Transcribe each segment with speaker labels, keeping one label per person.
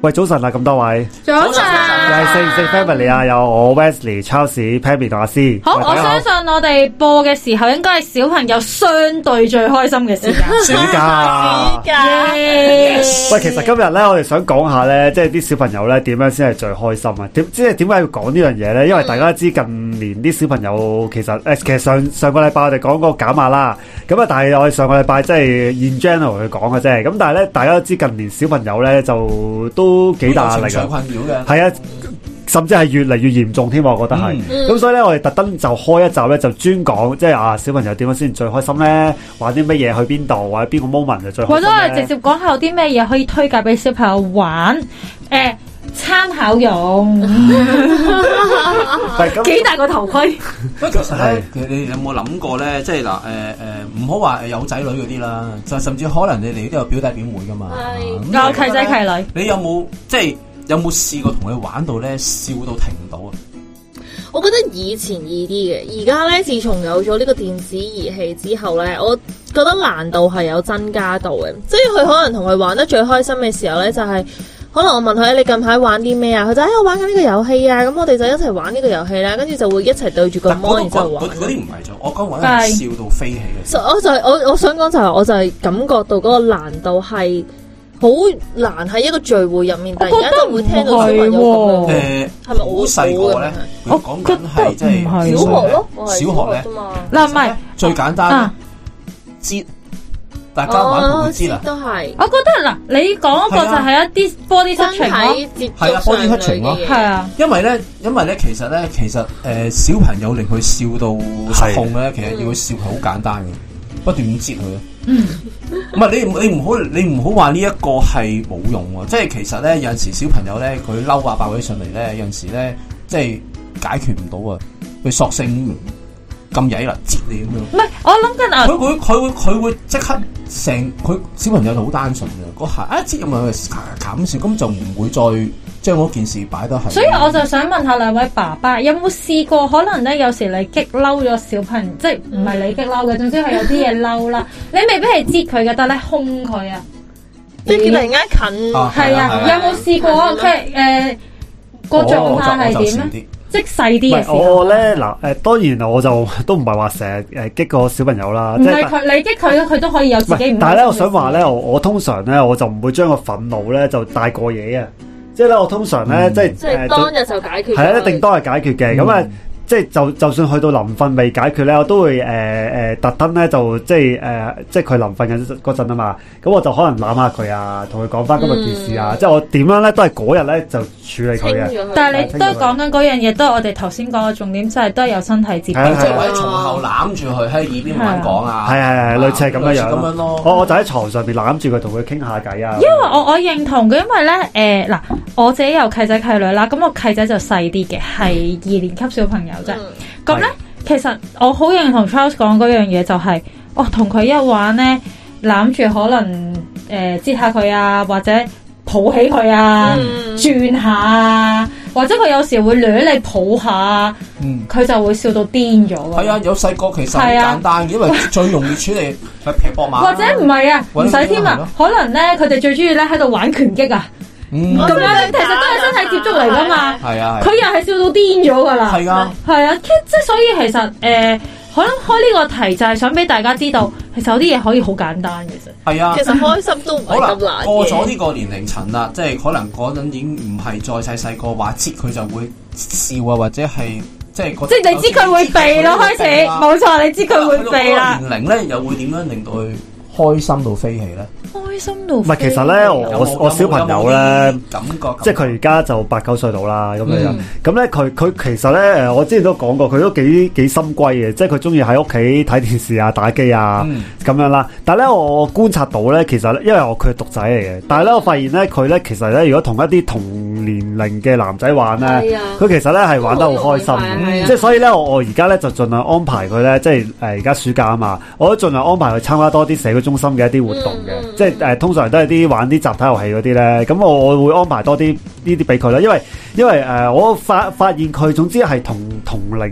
Speaker 1: 喂，早晨啊，咁多位，
Speaker 2: 早晨，
Speaker 1: 又系四四 family 啊，有我 Wesley、Charles、Pammy 同阿詩。
Speaker 2: 好，
Speaker 1: 喂
Speaker 2: 我相。信我哋播嘅時候應該係小朋友相對最開心嘅時 間。
Speaker 1: 大家好暑假。喂，其實今日咧，我哋想講下咧，即係啲小朋友咧點樣先係最開心啊？點即係點解要講呢樣嘢咧？因為大家知近年啲小朋友其實誒，其實上上個禮拜我哋講過減壓啦，咁啊，但係我哋上個禮拜即係 in general 去講嘅啫。咁但係咧，大家都知近年小朋友咧就都幾大壓力
Speaker 3: 情緒
Speaker 1: 啊。
Speaker 3: 困擾嘅，
Speaker 1: 系啊，甚至係越嚟越嚴重添，我覺得係。
Speaker 2: 嗯
Speaker 1: 咁、所以咧，我哋特登就開一集咧，就專講即係啊，小朋友點樣先最開心咧？玩啲乜嘢去邊度，或者邊個 moment 就最
Speaker 2: 或
Speaker 1: 開
Speaker 2: 者我哋
Speaker 1: 心
Speaker 2: 直
Speaker 1: 咧？
Speaker 2: 接講下有啲咩嘢可以推介俾小朋友玩，诶、參考用，
Speaker 1: 喂咁
Speaker 2: 幾大個頭 盔，
Speaker 3: 不過其實
Speaker 1: 係
Speaker 3: 咧，你你有冇諗過咧？即係嗱，誒誒，唔好話誒有仔女嗰啲啦，就甚至可能你哋都有表弟表妹噶嘛。
Speaker 4: 係
Speaker 2: 有
Speaker 3: 咁
Speaker 2: 契仔 契女。
Speaker 3: 你有冇即係有冇試過同佢玩到咧笑到停唔到啊？
Speaker 4: 我覺得以前易啲嘅，而家咧自從有咗呢個電子儀器之後咧，我覺得難度係有增加到嘅。即係佢可能同佢玩得最開心嘅時候咧，就係、可能我問佢你近排玩啲咩啊？佢就喺、哎、我玩緊呢個遊戲啊，咁我哋就一齊玩呢個遊戲啦，跟住就會一齊對住個
Speaker 3: 但嗰
Speaker 4: mon
Speaker 3: 度
Speaker 4: 然之後
Speaker 3: 嗰
Speaker 4: 玩
Speaker 3: 嗰。嗰啲唔係就我講玩係笑到飛起嘅。
Speaker 4: 所以我就係我我想講就係我就係感覺到嗰個難度係好難喺一個聚會入面，突
Speaker 2: 我
Speaker 4: 然
Speaker 2: 覺
Speaker 4: 間
Speaker 2: 得
Speaker 4: 就
Speaker 2: 唔
Speaker 4: 會聽到小朋
Speaker 2: 係
Speaker 4: 友咁樣
Speaker 2: 喎，
Speaker 3: 誒，
Speaker 4: 係咪
Speaker 3: 好細個咧，
Speaker 2: 我
Speaker 3: 佢講緊係即係
Speaker 2: 覺得唔係
Speaker 4: 小學咯，我係
Speaker 3: 小學咧
Speaker 4: 啫嘛。
Speaker 2: 嗱唔係
Speaker 3: 最簡單
Speaker 2: 啊，
Speaker 3: 知大家玩會唔會知啦
Speaker 4: 哦。都係
Speaker 2: 我覺得嗱，你講嗰個就係一啲 body
Speaker 4: 身
Speaker 2: touching 咯，
Speaker 4: 體接
Speaker 3: 係啊
Speaker 4: 觸上
Speaker 3: body
Speaker 4: 類
Speaker 3: touching 咯
Speaker 4: 嘅
Speaker 2: 係
Speaker 4: 嘢。
Speaker 2: 啊，
Speaker 3: 因為咧，因為咧，其實咧，其實誒、呃小朋友令佢笑到失控咧，其
Speaker 2: 嗯
Speaker 3: 實要佢笑係好簡單嘅，不斷咁接佢。唔係你唔你唔好你唔好話呢一個係冇用喎，即係其實咧有陣時小朋友咧佢嬲啊爆起上嚟咧，有陣時咧即係解決唔到啊，佢索性咁曳啦，接你咁樣。
Speaker 2: 唔係我諗緊啊
Speaker 3: 佢，會佢會佢會即刻成佢小朋友就好單純嘅，嗰下啊一接咁樣佢減少，咁就唔會再將嗰件事擺得係。
Speaker 2: 所以我就想問下兩位爸爸，有冇試過可能咧？有時你激嬲咗小朋友，即係唔係你激嬲嘅，總之佢有啲嘢嬲啦，你未必係知佢嘅，但係你兇佢啊。
Speaker 4: 即係突然間近，
Speaker 3: 啊
Speaker 2: 係啊，有冇試過啊？
Speaker 4: 係啊
Speaker 2: 佢誒個狀態係點啊咧？？即細
Speaker 1: 唔
Speaker 2: 啲嘅
Speaker 1: 係
Speaker 2: 時候，
Speaker 1: 我咧嗱，誒當然我就都唔係話成日誒激個小朋友啦，
Speaker 2: 唔
Speaker 1: 即係
Speaker 2: 係
Speaker 1: 但
Speaker 2: 佢你激佢，佢都可以有
Speaker 1: 唔
Speaker 2: 自己
Speaker 1: 係
Speaker 2: 唔。
Speaker 1: 但係咧，我想話咧，，我我通常咧我就唔會將個憤怒咧就帶過嘢啊，即係咧我通常咧
Speaker 3: 嗯
Speaker 1: 即係
Speaker 4: 即係
Speaker 1: 誒
Speaker 4: 當日就解決。
Speaker 1: 係啊，一定。多係解決嘅。咁啊、
Speaker 3: 嗯
Speaker 1: 即係就就算去到臨瞓未解決咧，我都會誒誒、呃呃特登咧就即係誒、呃即係佢臨瞓緊嗰陣啊嘛，咁我就可能攬下佢啊，同佢講翻今日件事啊，
Speaker 4: 嗯
Speaker 1: 即係我點樣咧都係嗰日咧就處理
Speaker 4: 清
Speaker 1: 佢啊嘅。
Speaker 4: 咗佢。
Speaker 2: 但係你都係講緊嗰樣嘢，都係我哋頭先講嘅重點，就係都係有身體接觸。
Speaker 1: 係啊
Speaker 3: 即
Speaker 1: 係
Speaker 3: 係
Speaker 1: 啊
Speaker 3: 或者從後攬住佢喺耳邊慢慢講啊，
Speaker 1: 係係係，類似係咁樣樣
Speaker 3: 類似啊咁樣
Speaker 1: 咯
Speaker 3: 咯。哦
Speaker 1: 我我就喺床上邊攬住佢，同佢傾下偈啊。
Speaker 2: 因為我我認同嘅，因為咧誒嗱，我自己有契仔契女啦，咁我契仔就細啲嘅，係二年級小朋友啫。
Speaker 3: 嗯
Speaker 2: 咁咧，其實我好認同 Charles 講嗰樣嘢，就係、我同佢一玩咧，攬住可能誒擠下佢啊，或者抱起佢啊，
Speaker 4: 嗯
Speaker 2: 轉下啊，或者佢有時會掠你抱下啊，
Speaker 3: 嗯，
Speaker 2: 佢就會笑到癲咗。
Speaker 3: 係啊，，有細個其實好
Speaker 2: 係啊
Speaker 3: 簡單嘅，因為最容易處理係劈膊馬，
Speaker 2: 或者唔係啊，唔
Speaker 3: 搵
Speaker 2: 使添啊，可能咧佢哋最中意咧喺度玩拳擊啊，
Speaker 3: 嗯，
Speaker 2: 咁樣其實都係身體接觸嚟噶嘛，
Speaker 3: 係啊，
Speaker 2: 佢又係笑到癲咗噶啦。
Speaker 3: 係啊，
Speaker 2: 係啊，即即所以其實誒、呃可能開呢個題就係想俾大家知道，其實有啲嘢可以好簡單嘅啫。
Speaker 3: 係啊
Speaker 4: 其。實開心都唔
Speaker 3: 可
Speaker 4: 係
Speaker 3: 能
Speaker 4: 咁難
Speaker 3: 過咗
Speaker 4: 嘅。
Speaker 3: 呢個年齡層啦，即係可能嗰陣已經唔係再細細個話接佢就會笑啊，或者係即係覺得
Speaker 2: 即係你知佢會避咯，開始
Speaker 3: 啊
Speaker 2: 冇錯，你知佢會避啦。
Speaker 3: 去到嗰個年齡咧，又會點樣令到佢開心到飛起咧？
Speaker 2: 開心到
Speaker 1: 唔係，其實咧，我
Speaker 3: 有冇
Speaker 1: 我小朋友
Speaker 3: 有冇
Speaker 1: 咧
Speaker 3: 呢。啲感覺
Speaker 1: 即係佢而家就八九歲到啦，咁樣樣。咁咧佢佢其實咧誒，我之前都講過，佢都幾幾心歸嘅，即係佢中意喺屋企睇電視啊、打機啊
Speaker 3: 嗯
Speaker 1: 咁、樣啦。但係咧，我我觀察到咧，其實呢因為我佢係獨仔嚟嘅，但係咧我發現咧佢咧其實咧，如果同一啲同年齡嘅男仔玩咧
Speaker 4: 係啊，
Speaker 1: 佢其實咧係玩得好開
Speaker 4: 好容易快
Speaker 1: 心，
Speaker 4: 樂
Speaker 1: 即係所以咧我我而家咧就盡量安排佢咧，即係誒而家暑假啊嘛，我都盡量安排佢參加多啲社區中心嘅一啲活動嘅，
Speaker 4: 嗯嗯嗯
Speaker 1: 即係誒、呃通常都係啲玩啲集體遊戲嗰啲咧，咁我我會安排多啲呢啲俾佢啦，因為因為誒、呃我發發現佢總之係同同齡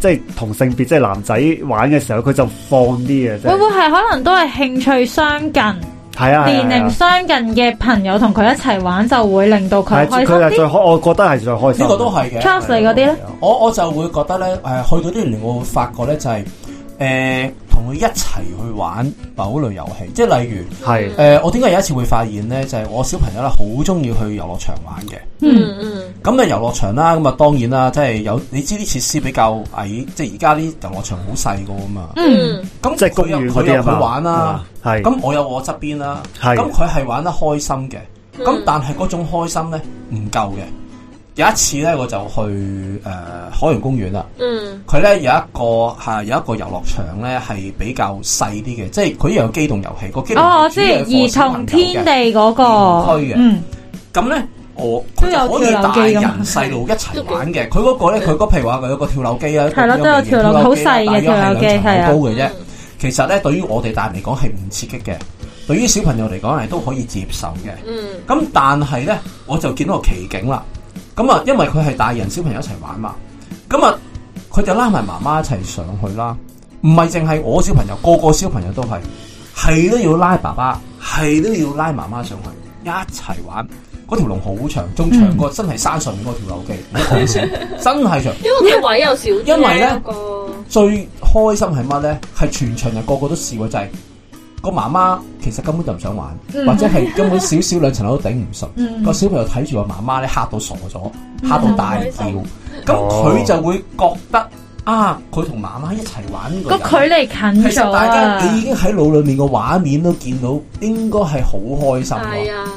Speaker 1: 即係同性別即係男仔玩嘅時候，佢就放啲嘅
Speaker 2: 會
Speaker 1: 啫。
Speaker 2: 唔會係可能都係興趣相近，
Speaker 1: 系啊，
Speaker 2: 年
Speaker 1: 係啊
Speaker 2: 齡相近嘅朋友同佢一齊玩，就會令到佢
Speaker 1: 係啊
Speaker 2: 開心
Speaker 1: 佢系最
Speaker 2: 啲。
Speaker 1: 開，我覺得係最開心。
Speaker 3: 呢個都係嘅。
Speaker 2: Charles 你嗰啲咧，
Speaker 3: 我我就會覺得咧，誒去到呢年齡，我會發覺咧就係誒同佢一齊去玩某類遊戲，即係例如
Speaker 1: 係
Speaker 3: 誒、我點解有一次會發現咧，就係、我小朋友咧好中意去遊樂場玩嘅。
Speaker 2: 嗯，
Speaker 4: 嗯
Speaker 3: 咁啊遊樂場啦，咁啊當然啦，即係有你知啲設施比較矮，即係而家啲遊樂場好細個啊嘛。
Speaker 2: 嗯，
Speaker 4: 嗯
Speaker 3: 咁
Speaker 1: 即係公
Speaker 3: 佢又
Speaker 1: 園嗰
Speaker 3: 佢
Speaker 1: 啲
Speaker 3: 又
Speaker 1: 啊
Speaker 3: 去
Speaker 1: 嘛。
Speaker 3: 玩啦，
Speaker 1: 係
Speaker 3: 咁我有我側邊啦，
Speaker 1: 係
Speaker 3: 咁佢係玩得開心嘅，咁
Speaker 4: 嗯
Speaker 3: 但係嗰種開心咧唔夠嘅。有一次咧，我就去誒、呃海洋公園啦。
Speaker 4: 嗯
Speaker 3: 佢咧有一個嚇、有一個遊樂場咧係比較細啲嘅，即係佢有機動遊戲，個機動
Speaker 2: 哦，我
Speaker 3: 遊
Speaker 2: 知
Speaker 3: 戲主要係
Speaker 2: 兒
Speaker 3: for 小朋
Speaker 2: 童
Speaker 3: 友
Speaker 2: 天地
Speaker 3: 嘅
Speaker 2: 嗰個，
Speaker 3: 區嘅
Speaker 2: 嗯，
Speaker 3: 咁咧，我
Speaker 2: 都
Speaker 3: 佢
Speaker 2: 有
Speaker 3: 就可以
Speaker 2: 跳樓
Speaker 3: 大
Speaker 2: 機㗎
Speaker 3: 人
Speaker 2: 嘛
Speaker 3: 細路一齊玩嘅。佢嗰個咧，佢嗰譬如話佢有個跳樓機啊，
Speaker 2: 係咯
Speaker 3: 一個
Speaker 2: 都有
Speaker 3: 咁樣嘅
Speaker 2: 跳樓
Speaker 3: 機啦
Speaker 2: 好細嘅跳樓機啊
Speaker 3: 大約係兩層好高嘅啫
Speaker 4: 嗯。
Speaker 3: 其實咧，對於我哋大人嚟講係唔刺激嘅，對於小朋友嚟講係都可以接受嘅。
Speaker 4: 嗯
Speaker 3: 咁但係咧，我就見到個奇景啦。咁啊，因為佢係大人小朋友一齊玩嘛，咁啊，佢就拉埋媽媽一齊上去啦。唔係淨係我小朋友，個個小朋友都係，係都要拉爸爸，係都要拉媽媽上去一齊玩。嗰條龍好長，仲長過真係山上面嗰條樓機，唔好意思真係長。
Speaker 4: 因為佢位又少啲，
Speaker 3: 因為呢
Speaker 4: 個
Speaker 3: 最開心係乜咧？係全場人個個都試過，就係、個媽媽其實根本就唔想玩，
Speaker 2: 嗯
Speaker 3: 或者係根本少少兩層樓都頂唔 順。
Speaker 2: 嗯
Speaker 3: 個小朋友睇住個媽媽咧嚇到傻咗，嚇到大叫，
Speaker 4: 嗯
Speaker 3: 咁
Speaker 1: 哦
Speaker 3: 佢就會覺得啊，佢同媽媽一齊玩呢
Speaker 2: 個
Speaker 3: 個
Speaker 2: 距離
Speaker 3: 人。
Speaker 2: 近
Speaker 3: 其
Speaker 2: 咗
Speaker 3: 實大
Speaker 2: 啊
Speaker 3: 家，你已經喺腦裏面個畫面都見到，應該係好開心
Speaker 4: 係
Speaker 3: 咯。
Speaker 4: 啊，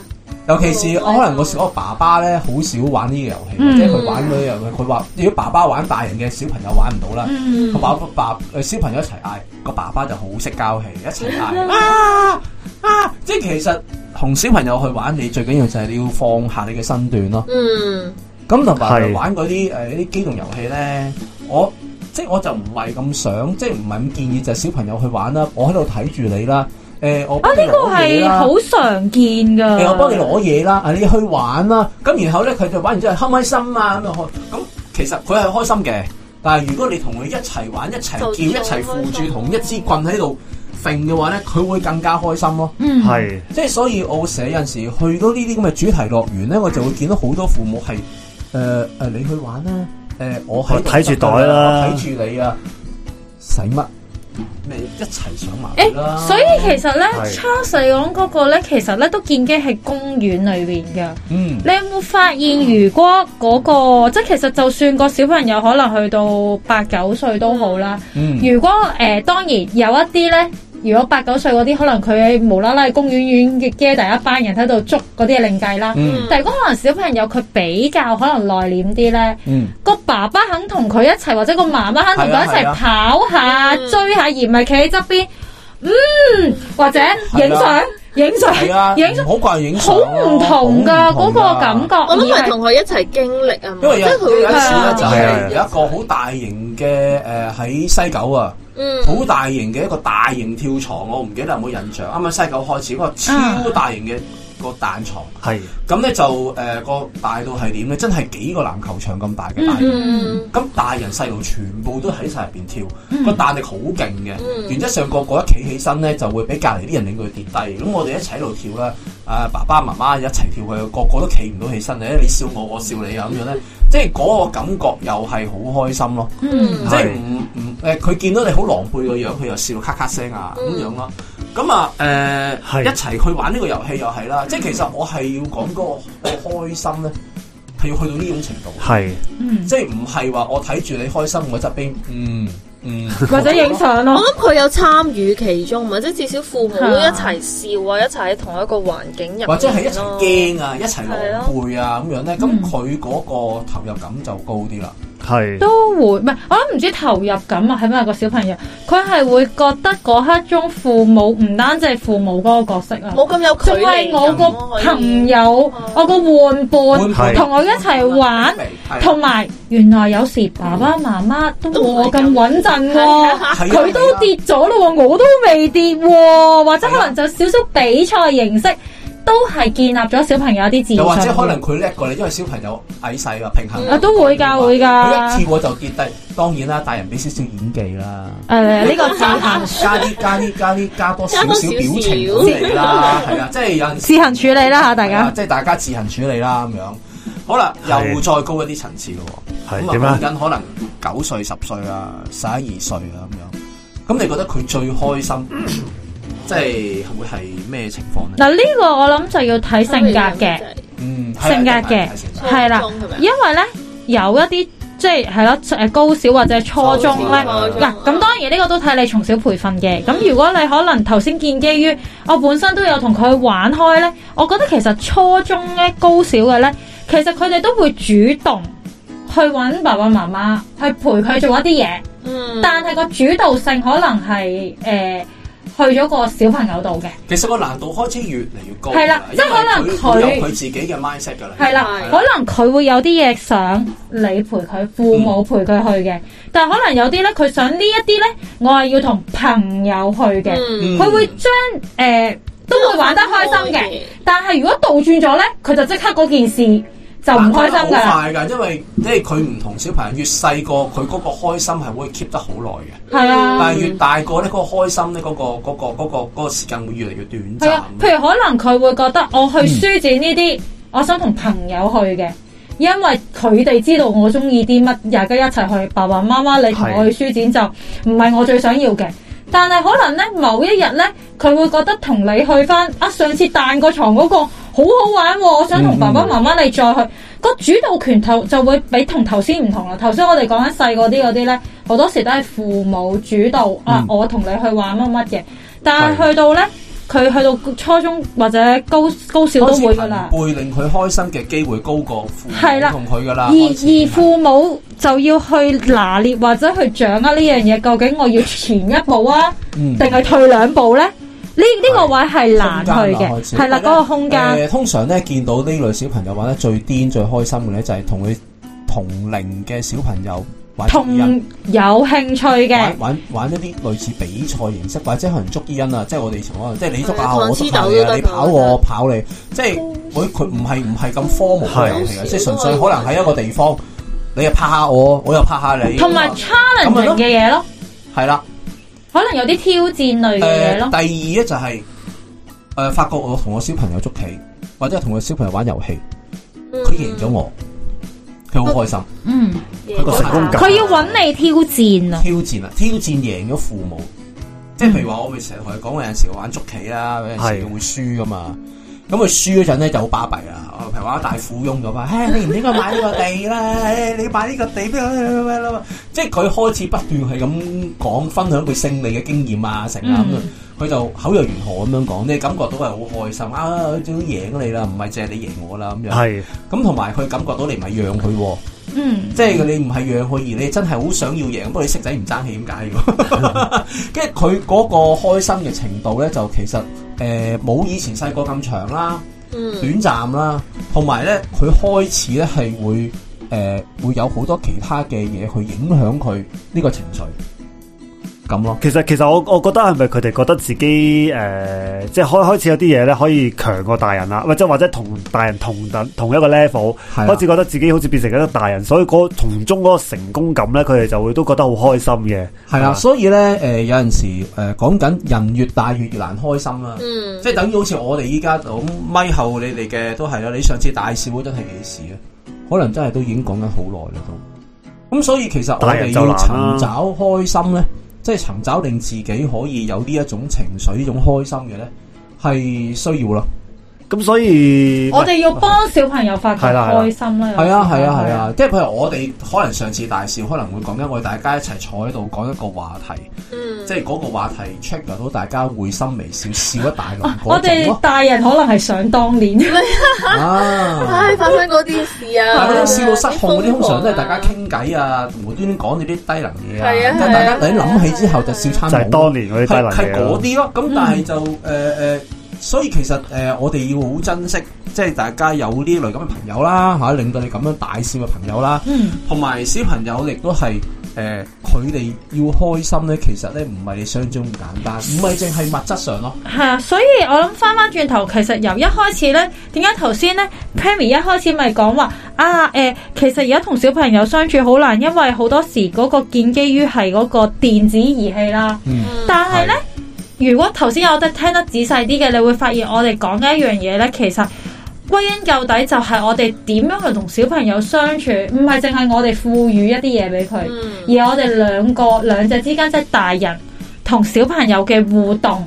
Speaker 3: 尤其是可
Speaker 4: 好開心
Speaker 3: 能個小我爸爸咧，好少玩呢個遊戲，
Speaker 2: 嗯
Speaker 3: 或者佢玩嗰啲遊戲，佢話如果爸爸玩大人嘅，小朋友玩唔到啦。
Speaker 2: 嗯
Speaker 3: 個，爸爸誒小朋友一齊嗌，個爸爸就好識交氣，一齊
Speaker 2: 嗯
Speaker 3: 嗌啊啊！即係其實同小朋友去玩，你最緊要就係你要放下你嘅身段咯。
Speaker 4: 嗯
Speaker 3: 咁同埋
Speaker 1: 係
Speaker 3: 玩嗰啲誒啲機動遊戲咧，我即係我就唔係咁想，即係唔係咁建議就係小朋友去玩啦。我喺度睇住你啦，誒、我
Speaker 2: 啊
Speaker 3: 幫你
Speaker 2: 呢個
Speaker 3: 攞嘢
Speaker 2: 係
Speaker 3: 啦
Speaker 2: 好常見
Speaker 3: 誒
Speaker 2: 噶，
Speaker 3: 我幫你攞嘢啦，啊，你去玩啦，咁然後咧佢就玩完之後開唔開心啊咁樣開，咁其實佢係開心嘅，但係如果你同佢一齊玩、一齊叫、
Speaker 4: 就
Speaker 3: 一齊扶住同一支棍喺度揈嘅話咧，佢會更加開心咯。
Speaker 2: 嗯，
Speaker 1: 係
Speaker 3: 即係所以我成日有陣時去到呢啲咁嘅主題樂園咧，我就會見到好多父母係誒誒你去玩啦，誒、我喺度
Speaker 1: 我睇住袋啦
Speaker 3: 得㗎我睇住你啊，使乜？咪一齊上埋
Speaker 2: 誒
Speaker 3: 去啦。
Speaker 2: 所以其實咧
Speaker 1: 係
Speaker 2: ，Charles 你講嗰個咧，其實咧都建基喺公園裏邊嘅。
Speaker 3: 嗯
Speaker 2: 你有冇發現，如果嗰、個即係其實就算個小朋友可能去到八九歲都好啦，
Speaker 3: 嗯。
Speaker 2: 如果誒、呃、當然有一啲咧，如果八九歲嗰啲可能佢無啦啦喺公園院嘅嘅第一班人喺度捉嗰啲嘢另計啦。
Speaker 3: 嗯
Speaker 2: 但係如果可能小朋友佢比較可能內斂啲咧，
Speaker 3: 嗯
Speaker 2: 個爸爸肯同佢一齊，或者個媽媽肯同佢一齊
Speaker 3: 係啊
Speaker 2: 跑下、
Speaker 4: 嗯
Speaker 2: 追下，而唔係企喺側邊，嗯，或者影相、影
Speaker 3: 系啊，
Speaker 2: 相、影相。
Speaker 3: 唔好怪影
Speaker 2: 好
Speaker 3: 相啊
Speaker 2: 唔同噶
Speaker 3: 好
Speaker 2: 嗰
Speaker 3: 唔同
Speaker 2: 個
Speaker 3: 㗎
Speaker 2: 感覺，
Speaker 4: 我諗
Speaker 2: 而
Speaker 4: 係
Speaker 2: 係
Speaker 4: 同佢一齊經歷啊嘛，
Speaker 3: 因為
Speaker 4: 即
Speaker 3: 有
Speaker 4: 係佢會
Speaker 3: 有一次咧，就
Speaker 1: 係啊
Speaker 3: 係有一個好大型嘅誒喺西九啊，
Speaker 4: 嗯
Speaker 3: 好大型嘅一個大型跳床，我唔記得有冇印象。啱啱西九開始嗰個
Speaker 2: 啊
Speaker 3: 超大型嘅個彈床，
Speaker 1: 係
Speaker 3: 咁咧就誒個大到係點咧？真係幾個籃球場咁大嘅大型。
Speaker 4: 嗯
Speaker 3: 咁大人細路全部都喺晒入邊跳，個彈力好勁嘅。
Speaker 4: 嗯
Speaker 3: 原則上個個一企起身咧，就會俾隔離啲人令佢跌低。咁我哋一齊喺度跳啦，啊爸爸媽媽一齊跳佢，個個都企唔到起身咧。你笑我，我笑你啊咁樣咧，即係嗰個感覺又係好開心咯。
Speaker 2: 嗯
Speaker 3: 即係唔唔誒，佢見到你好狼狽個樣，佢又笑到咔咔聲啊
Speaker 2: 嗯
Speaker 3: 咁樣咯。咁啊誒，
Speaker 1: 係
Speaker 3: 一齊去玩呢個遊戲又係啦。
Speaker 2: 嗯
Speaker 3: 即係其實我係要講嗰個開心咧，係要去到呢種程度。
Speaker 1: 係
Speaker 2: 嗯，
Speaker 3: 即系唔係話我睇住你開心，我側邊嗯嗯，
Speaker 2: 或者影相
Speaker 4: 我
Speaker 2: 咯，
Speaker 4: 諗佢有參與其中嘛，即係至少父母都一齊笑啊，一齊喺同一個環境入面咯，
Speaker 3: 或者係一齊驚啊，一齊
Speaker 4: 係
Speaker 3: 狼
Speaker 4: 咯
Speaker 3: 狽啊咁樣咧，咁
Speaker 2: 嗯
Speaker 3: 佢嗰個投入感就高啲啦。
Speaker 1: 係
Speaker 2: 都會唔係我諗唔知投入感啊，係咪個小朋友佢係會覺得嗰刻中父母唔單止係父母嗰個角色啊，
Speaker 4: 冇咁有距
Speaker 2: 仲
Speaker 4: 離
Speaker 2: 係
Speaker 4: 感
Speaker 2: 我
Speaker 4: 咯
Speaker 2: 個朋，
Speaker 4: 哦
Speaker 2: 友，我個玩
Speaker 3: 伴
Speaker 2: 伴
Speaker 3: 伴
Speaker 2: 同我一齊玩。
Speaker 3: 係
Speaker 2: 啊
Speaker 3: 啊
Speaker 2: 同埋，原來有時爸爸媽媽都冇我咁穩陣喎，
Speaker 3: 係啊
Speaker 2: 佢都跌咗咯喎，我都未跌喎，或者可能就少少比賽形式，都係建立咗小朋友一啲自信。
Speaker 3: 又或者可能佢叻過你，因為小朋友矮細啊，平衡
Speaker 2: 啊都會㗎會㗎
Speaker 3: 佢一次我就跌低，當然啦，大人俾少少演技啦，
Speaker 2: 诶呢個就 行
Speaker 3: 加啲加啲加啲加多少
Speaker 4: 加多
Speaker 3: 少
Speaker 4: 少
Speaker 3: 表情
Speaker 4: 少
Speaker 3: 出嚟啦，係啊，即係有陣時
Speaker 2: 自行處理啦吓，大
Speaker 3: 係啊
Speaker 2: 家
Speaker 3: 即係大家自行處理啦咁樣。好啦，
Speaker 1: 係
Speaker 3: 又再高一啲層次嘅喎，
Speaker 1: 係
Speaker 3: 咁
Speaker 1: 點啊
Speaker 3: 啊講緊可能九歲、十歲啊、十一二歲啊咁樣。咁你覺得佢最開心， 即係會係咩情況咧？
Speaker 2: 嗱呢個我諗就要睇性格嘅。
Speaker 3: 嗯，係啊
Speaker 2: 性格嘅
Speaker 3: 係性格
Speaker 2: 係啦
Speaker 4: 初中咁，樣
Speaker 2: 因為咧有一啲即係係咯誒高小或者初中咧，
Speaker 3: 初
Speaker 4: 中
Speaker 2: 嗱咁當然呢個都睇你從小培訓嘅。咁如果你可能頭先建基於我本身都有同佢玩開咧，我覺得其實初中咧高小嘅咧，其實佢哋都會主動。去揾爸爸媽媽去陪佢做一啲嘢，
Speaker 4: 嗯，
Speaker 2: 但係個主導性可能係誒、去咗個小朋友度嘅，
Speaker 3: 其實個難度開始越嚟越高㗎，
Speaker 2: 係啦即係可能
Speaker 3: 因為
Speaker 2: 佢
Speaker 3: 有佢自己嘅 mindset 㗎啦，
Speaker 2: 係啦，
Speaker 4: 係
Speaker 2: 可能佢會有啲嘢想你陪佢，父母陪佢去嘅，但係可能有啲咧，佢想呢一啲咧，我係要同朋友去嘅，佢、
Speaker 4: 嗯
Speaker 3: 嗯
Speaker 2: 會將誒、呃都會玩得開心嘅，但係如果倒轉咗咧，佢就即刻嗰件事就唔開心㗎
Speaker 3: 難得好
Speaker 2: 啦，
Speaker 3: 快㗎，因為即係佢唔同小朋友越細個，佢嗰個開心係會 keep 得好耐嘅。
Speaker 2: 係啊。
Speaker 3: 但係越大個咧，嗰、個開心咧，嗰、個嗰、個嗰、個嗰、個時間會越嚟越短
Speaker 2: 係啊，
Speaker 3: 暫。
Speaker 2: 譬如可能佢會覺得我去書展呢啲，我想同朋友去嘅，因為佢哋知道我中意啲乜，大家一齊去。爸爸媽媽你同我去書展就唔係我最想要嘅。但係可能咧，某一日咧，佢會覺得同你去翻啊，上次彈個床嗰、個好好玩喎、我想同爸爸媽媽你再去。個主導權頭就會比同頭先唔同啦。頭先我哋講緊細個啲嗰啲咧，好多時都係父母主導啊，我同你去玩乜乜嘅。但係去到咧，佢去到初中或者高高小都會噶啦。
Speaker 3: 會令佢開心嘅機會高過父母
Speaker 2: 係啦
Speaker 3: 同佢噶
Speaker 2: 而
Speaker 3: 啦。開始
Speaker 2: 而父母就要去拿捏或者去掌握呢樣嘢，究竟我要前一步啊，
Speaker 3: 嗯
Speaker 2: 定係退兩步咧？呢呢個位係難去嘅，
Speaker 3: 空間啊
Speaker 2: 係啦，嗰個空間
Speaker 3: 誒通常咧見到呢類小朋友玩得最癲、最開心嘅咧，就係同佢同齡嘅小朋友玩捉
Speaker 2: 同
Speaker 3: 伊人
Speaker 2: 有興趣嘅
Speaker 3: 玩。玩玩一啲類似比賽形式，或者可能捉伊人啊，即係我哋以前可能即係你捉
Speaker 4: 係啊
Speaker 3: 下我，我捉下
Speaker 4: 糖
Speaker 3: 你
Speaker 4: 黐豆
Speaker 3: 啊，
Speaker 4: 都
Speaker 3: 你
Speaker 4: 得㗎
Speaker 3: 跑我，我跑你，即係佢佢唔係唔係咁科目嘅遊戲啊，
Speaker 4: 係
Speaker 3: 即係純粹可能喺一個地方，你又拍下我，我又拍下你，啊
Speaker 2: 同埋 challenge 嘅嘢咯，
Speaker 3: 係啦。
Speaker 2: 可能有啲挑戰類嘅嘢
Speaker 3: 誒，
Speaker 2: 咯
Speaker 3: 第，二咧就係誒發覺我同我小朋友捉棋，或者同我小朋友玩遊戲，
Speaker 4: 嗯
Speaker 3: 佢贏咗我，佢好開心，
Speaker 2: 嗯，
Speaker 4: 贏咗
Speaker 1: 個成功感
Speaker 2: 佢要揾你挑戰啊，
Speaker 3: 挑戰啊！挑戰贏咗父母，即係譬如話，我咪成日同佢講，我有陣時玩捉棋啦，有陣
Speaker 1: 嗯
Speaker 3: 時
Speaker 1: 係
Speaker 3: 會輸噶嘛。咁佢輸嗰陣咧就好巴閉啦，我譬如玩大富翁咁啊，唉，你唔應該買呢個地啦，唉，你買呢個地邊有咩啦？即係佢開始不斷係咁講，分享佢勝利嘅經驗啊，成啊咁樣
Speaker 2: 嗯
Speaker 3: 佢就口若懸河咁樣講，你感覺到係好開心啊！終於贏你啦，唔係淨係你贏我啦咁樣。
Speaker 1: 係
Speaker 3: 咁同埋佢感覺到你唔係讓佢喎，
Speaker 2: 嗯，
Speaker 3: 即係你唔係讓佢，而你真係好想要贏。不過你色仔唔爭氣，點解喎？跟住佢嗰個開心嘅程度咧，就其實誒冇、以前細個咁長啦、
Speaker 4: 嗯，
Speaker 3: 短暫啦，同埋咧佢開始咧係會誒、呃、會有好多其他嘅嘢去影響佢呢個情緒咁咯。
Speaker 1: 其實其實我我覺得係咪佢哋覺得自己誒、呃即係開開始有啲嘢咧可以強過大人啦，或者或者同大人同等同一個 level，
Speaker 3: 係啊
Speaker 1: 開始覺得自己好似變成一個大人，所以嗰從中嗰個成功感咧，佢哋就會都覺得好開心嘅。
Speaker 3: 係啦，所以咧，誒、有陣時誒講緊人越大越越難開心啦，
Speaker 4: 嗯，
Speaker 3: 即係等於好似我哋依家咁咪後你哋嘅都係啦，你上次大笑嗰陣係幾時啊？可能真係都已經講緊好耐啦都。咁所以其實我
Speaker 1: 大
Speaker 3: 哋
Speaker 1: 人就
Speaker 3: 要
Speaker 1: 難啦
Speaker 3: 尋找開心咧，即係尋找令自己可以有呢一種情緒、呢種開心嘅咧，係需要咯。
Speaker 1: 咁所以
Speaker 2: 我哋要幫小朋友發掘
Speaker 1: 係啦係啦
Speaker 2: 開心啦，有時
Speaker 3: 係啊，係啊，係啊，即係譬如我哋可能上次大笑，可能會講緊我哋大家一齊坐喺度講一個話題。
Speaker 4: 嗯，
Speaker 3: 即係嗰個話題 check 到大家會心微笑，笑一大輪
Speaker 2: 我
Speaker 3: 嗰種
Speaker 2: 哋
Speaker 3: 咯
Speaker 2: 大人可能係想當年，
Speaker 3: 啊！
Speaker 4: 唉，發生嗰啲事啊，
Speaker 3: 但係嗰啲笑到失控嗰啲，通常都係大家
Speaker 4: 傾。
Speaker 3: 傾偈啊，無端端講你啲低能嘢啊，
Speaker 4: 係啊
Speaker 3: 咁
Speaker 4: 係啊
Speaker 3: 大家突然諗起之後就笑餐
Speaker 1: 就係當年嗰啲低能
Speaker 3: 係啊係
Speaker 1: 嘢
Speaker 3: 嗰
Speaker 1: 咯。
Speaker 3: 啲咯。咁
Speaker 4: 嗯
Speaker 3: 但係就誒誒，所以其實誒我哋要好珍惜，即係大家有呢類咁嘅朋友啦嚇，令到你咁樣大笑嘅朋友啦。
Speaker 2: 嗯。
Speaker 3: 同埋小朋友亦都係诶，佢哋、要開心咧，其實咧唔係你想象中咁簡單，唔係淨係物質上咯。
Speaker 2: 系啊，所以我諗翻翻轉頭，其實由一開始咧，點解頭先咧 Pammy 一開始咪講話啊？诶、其實而家同小朋友相處好難，因為好多時嗰個建基於係嗰個電子儀器啦。
Speaker 3: 嗯
Speaker 2: 但係咧，如果頭先我哋聽得仔細啲嘅，你會發現我哋講嘅一樣嘢咧，其實歸根究底就係我哋點樣去同小朋友相處，唔係淨係我哋賦予一啲嘢俾佢。而我哋兩個兩隻之間即係大人同小朋友嘅互動，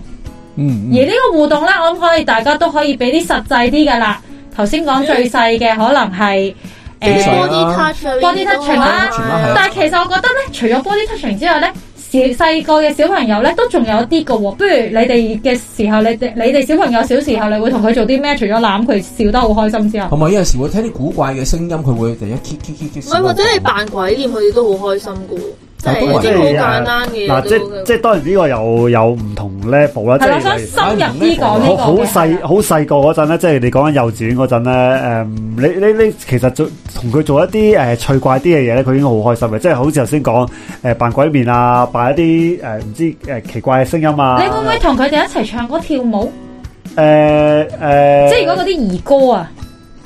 Speaker 3: 嗯
Speaker 2: 而呢個互動呢，我諗可以大家都可以俾啲實際啲噶啦。頭先講最細嘅可能係
Speaker 3: 幾
Speaker 2: 誒
Speaker 3: 歲啊
Speaker 4: body touch 啊
Speaker 2: body touching 啦
Speaker 3: touching 啦係啊
Speaker 2: 但係其實我覺得呢，除咗 body touching 之外呢，小細個嘅小朋友呢都仲有啲嘅喎。不如你哋嘅時候，你哋你哋小朋友小時候，你會同佢做啲咩？除咗攬佢笑得好開心之外，
Speaker 3: 同埋有陣時會聽啲古怪嘅聲音，佢會突然一 k k k k
Speaker 4: 唔係或者你扮鬼臉，佢哋都好開心噶，即係啊
Speaker 3: 係
Speaker 4: 有啲好
Speaker 1: 係
Speaker 4: 簡單嘅
Speaker 1: 嗱，
Speaker 4: 嘢
Speaker 1: 即
Speaker 4: 都。
Speaker 1: 即係當然呢個有有唔同 level 啦，即
Speaker 2: 係啦，我
Speaker 1: 係
Speaker 2: 想
Speaker 1: 例如
Speaker 2: 深入啲講哦呢
Speaker 1: 好好
Speaker 2: 個嘅
Speaker 1: 細好細個嗰陣咧，即係你講緊幼稚園嗰陣咧，誒、你你你其實做同佢做一啲誒、趣怪啲嘅嘢咧，佢已經好開心嘅，即係好似頭先講誒扮鬼面啊，扮一啲誒唔知誒、奇怪嘅聲音啊，
Speaker 2: 你會唔會同佢哋一齊唱歌跳舞？
Speaker 1: 誒誒，
Speaker 2: 即係如果嗰啲兒歌啊？